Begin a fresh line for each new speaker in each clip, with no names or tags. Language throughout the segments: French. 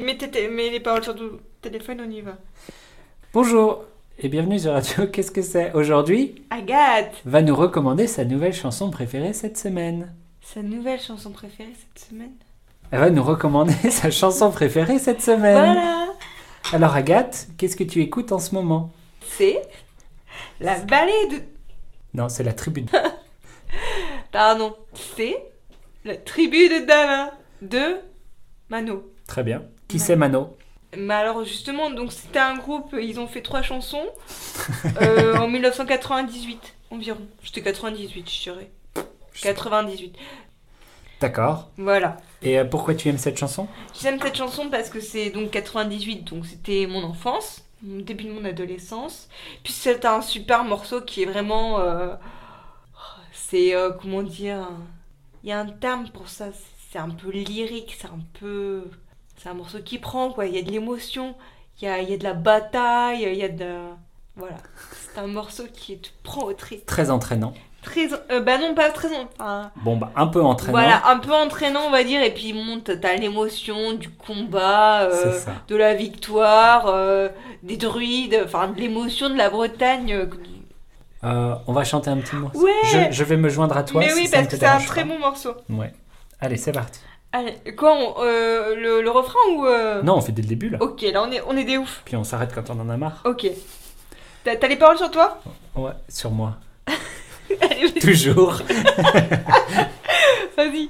Mets, tes- tes- mets les paroles sur ton téléphone, on y va.
Bonjour et bienvenue sur Radio Qu'est-ce que c'est Aujourd'hui,
Agathe
va nous recommander sa nouvelle chanson préférée cette semaine.
Sa nouvelle chanson préférée cette semaine
Elle va nous recommander sa chanson préférée cette semaine.
Voilà
Alors Agathe, qu'est-ce que tu écoutes en ce moment
C'est la balade
Non, c'est la tribune.
Pardon, c'est la tribu de Dana de Mano.
Très bien. Qui c'est Mano
Mais alors justement, donc c'était un groupe, ils ont fait trois chansons euh, en 1998 environ. C'était 98, je dirais. 98.
D'accord.
Voilà.
Et euh, pourquoi tu aimes cette chanson
J'aime cette chanson parce que c'est donc 98, donc c'était mon enfance, mon début de mon adolescence. Puis c'est un super morceau qui est vraiment. euh, c'est. euh, comment dire Il y a un terme pour ça, c'est- c'est un peu lyrique, c'est un peu. C'est un morceau qui prend, quoi. Il y a de l'émotion, il y a, il y a de la bataille, il y a de. Voilà. C'est un morceau qui te prend au triste.
Très entraînant.
Très. euh, bah non, pas très. Enfin,
Bon, bah un peu entraînant.
voilà, un peu entraînant, on va dire, et puis monte, t'as l'émotion du combat, euh,
C'est ça.
de la victoire, euh, des druides, enfin de l'émotion de la Bretagne. euh,
Euh, on va chanter un petit morceau.
Ouais.
Je, je vais me joindre à toi.
Mais
si
oui,
ça
parce
ne te
que c'est un
dérange
très
pas.
bon morceau.
Ouais. Allez, c'est parti.
Allez, quoi, on- euh, le, le refrain ou. euh,
Non, on fait dès le début là.
Ok, là on est, on est des ouf.
Puis on s'arrête quand on en a marre.
Ok. T'as t'as les paroles sur toi
Ouais, sur moi.
Allez, vas-y,
Toujours.
Vas-y.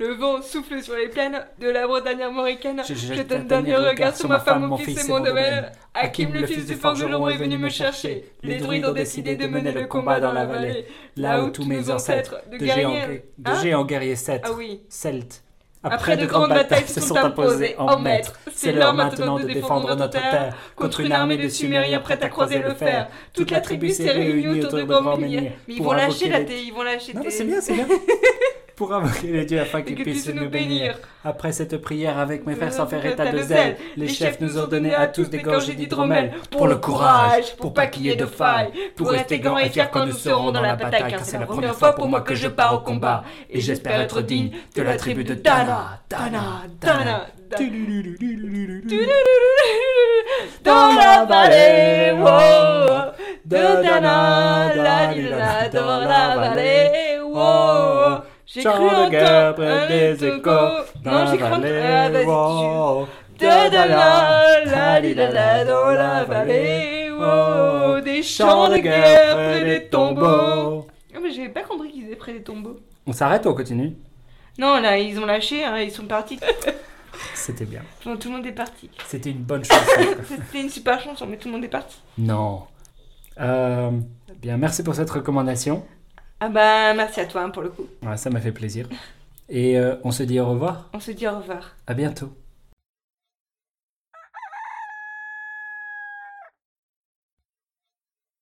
Le vent souffle sur les plaines de la Bretagne américaine.
Je jette
Je
un
donne dernier regard sur ma femme, mon fils et mon domaine. Hakim, le fils du forgeron, est venu me chercher. Les druides ont décidé de mener le combat dans la vallée,
là où tous mes ancêtres, de géants, de
Hein
géants guerriers celtes,
Ah oui.
celtes,
Après de grandes batailles se sont imposées en maîtres. C'est l'heure maintenant de défendre notre terre contre une armée de Sumériens prête à croiser le fer. Toute la tribu s'est réunie autour de grands milliers. Mais ils
pour
vont lâcher
invoquer
la
les-
thé, ils vont lâcher
Non,
tes-
mais c'est bien, c'est bien. Pour invoquer les dieux afin
Et
qu'ils
que
puissent nous bénir. Après cette prière avec mes
Nous
frères sans
avons
faire
fait
état de zèle, les chefs nous ont donné à tous des gorgées d'hydromel pour le courage, pour pas qu'il y ait de faille, pour rester grands et fiers quand nous serons dans la bataille, car c'est la première fois pour moi que je pars au combat et j'espère être digne de la tribu de Dana, Dana, Dana.
Dans la vallée, wow. De Dana, la lila, dans la vallée, wow. J'ai cru
Chant de
entendre
guerre
un
près des
écho.
échos
Non,
dans
j'ai cru
la
entendre.
vallée.
Ah, vas-y, tu-
wow.
Da da la, la li la la dans la vallée, oh, des chants de guerre près des tombeaux. Ah, mais j'avais pas compris qu'ils étaient près des tombeaux.
On s'arrête ou on continue
Non, là, ils ont lâché, hein, ils sont partis.
C'était bien.
Enfin, tout le monde est parti.
C'était une bonne chanson.
C'était une super chanson, mais tout le monde est parti.
non. Euh, bien, merci pour cette recommandation.
Ah bah, merci à toi hein, pour le coup.
Ouais, ça m'a fait plaisir. Et euh, on se dit au revoir.
On se dit au revoir.
À bientôt.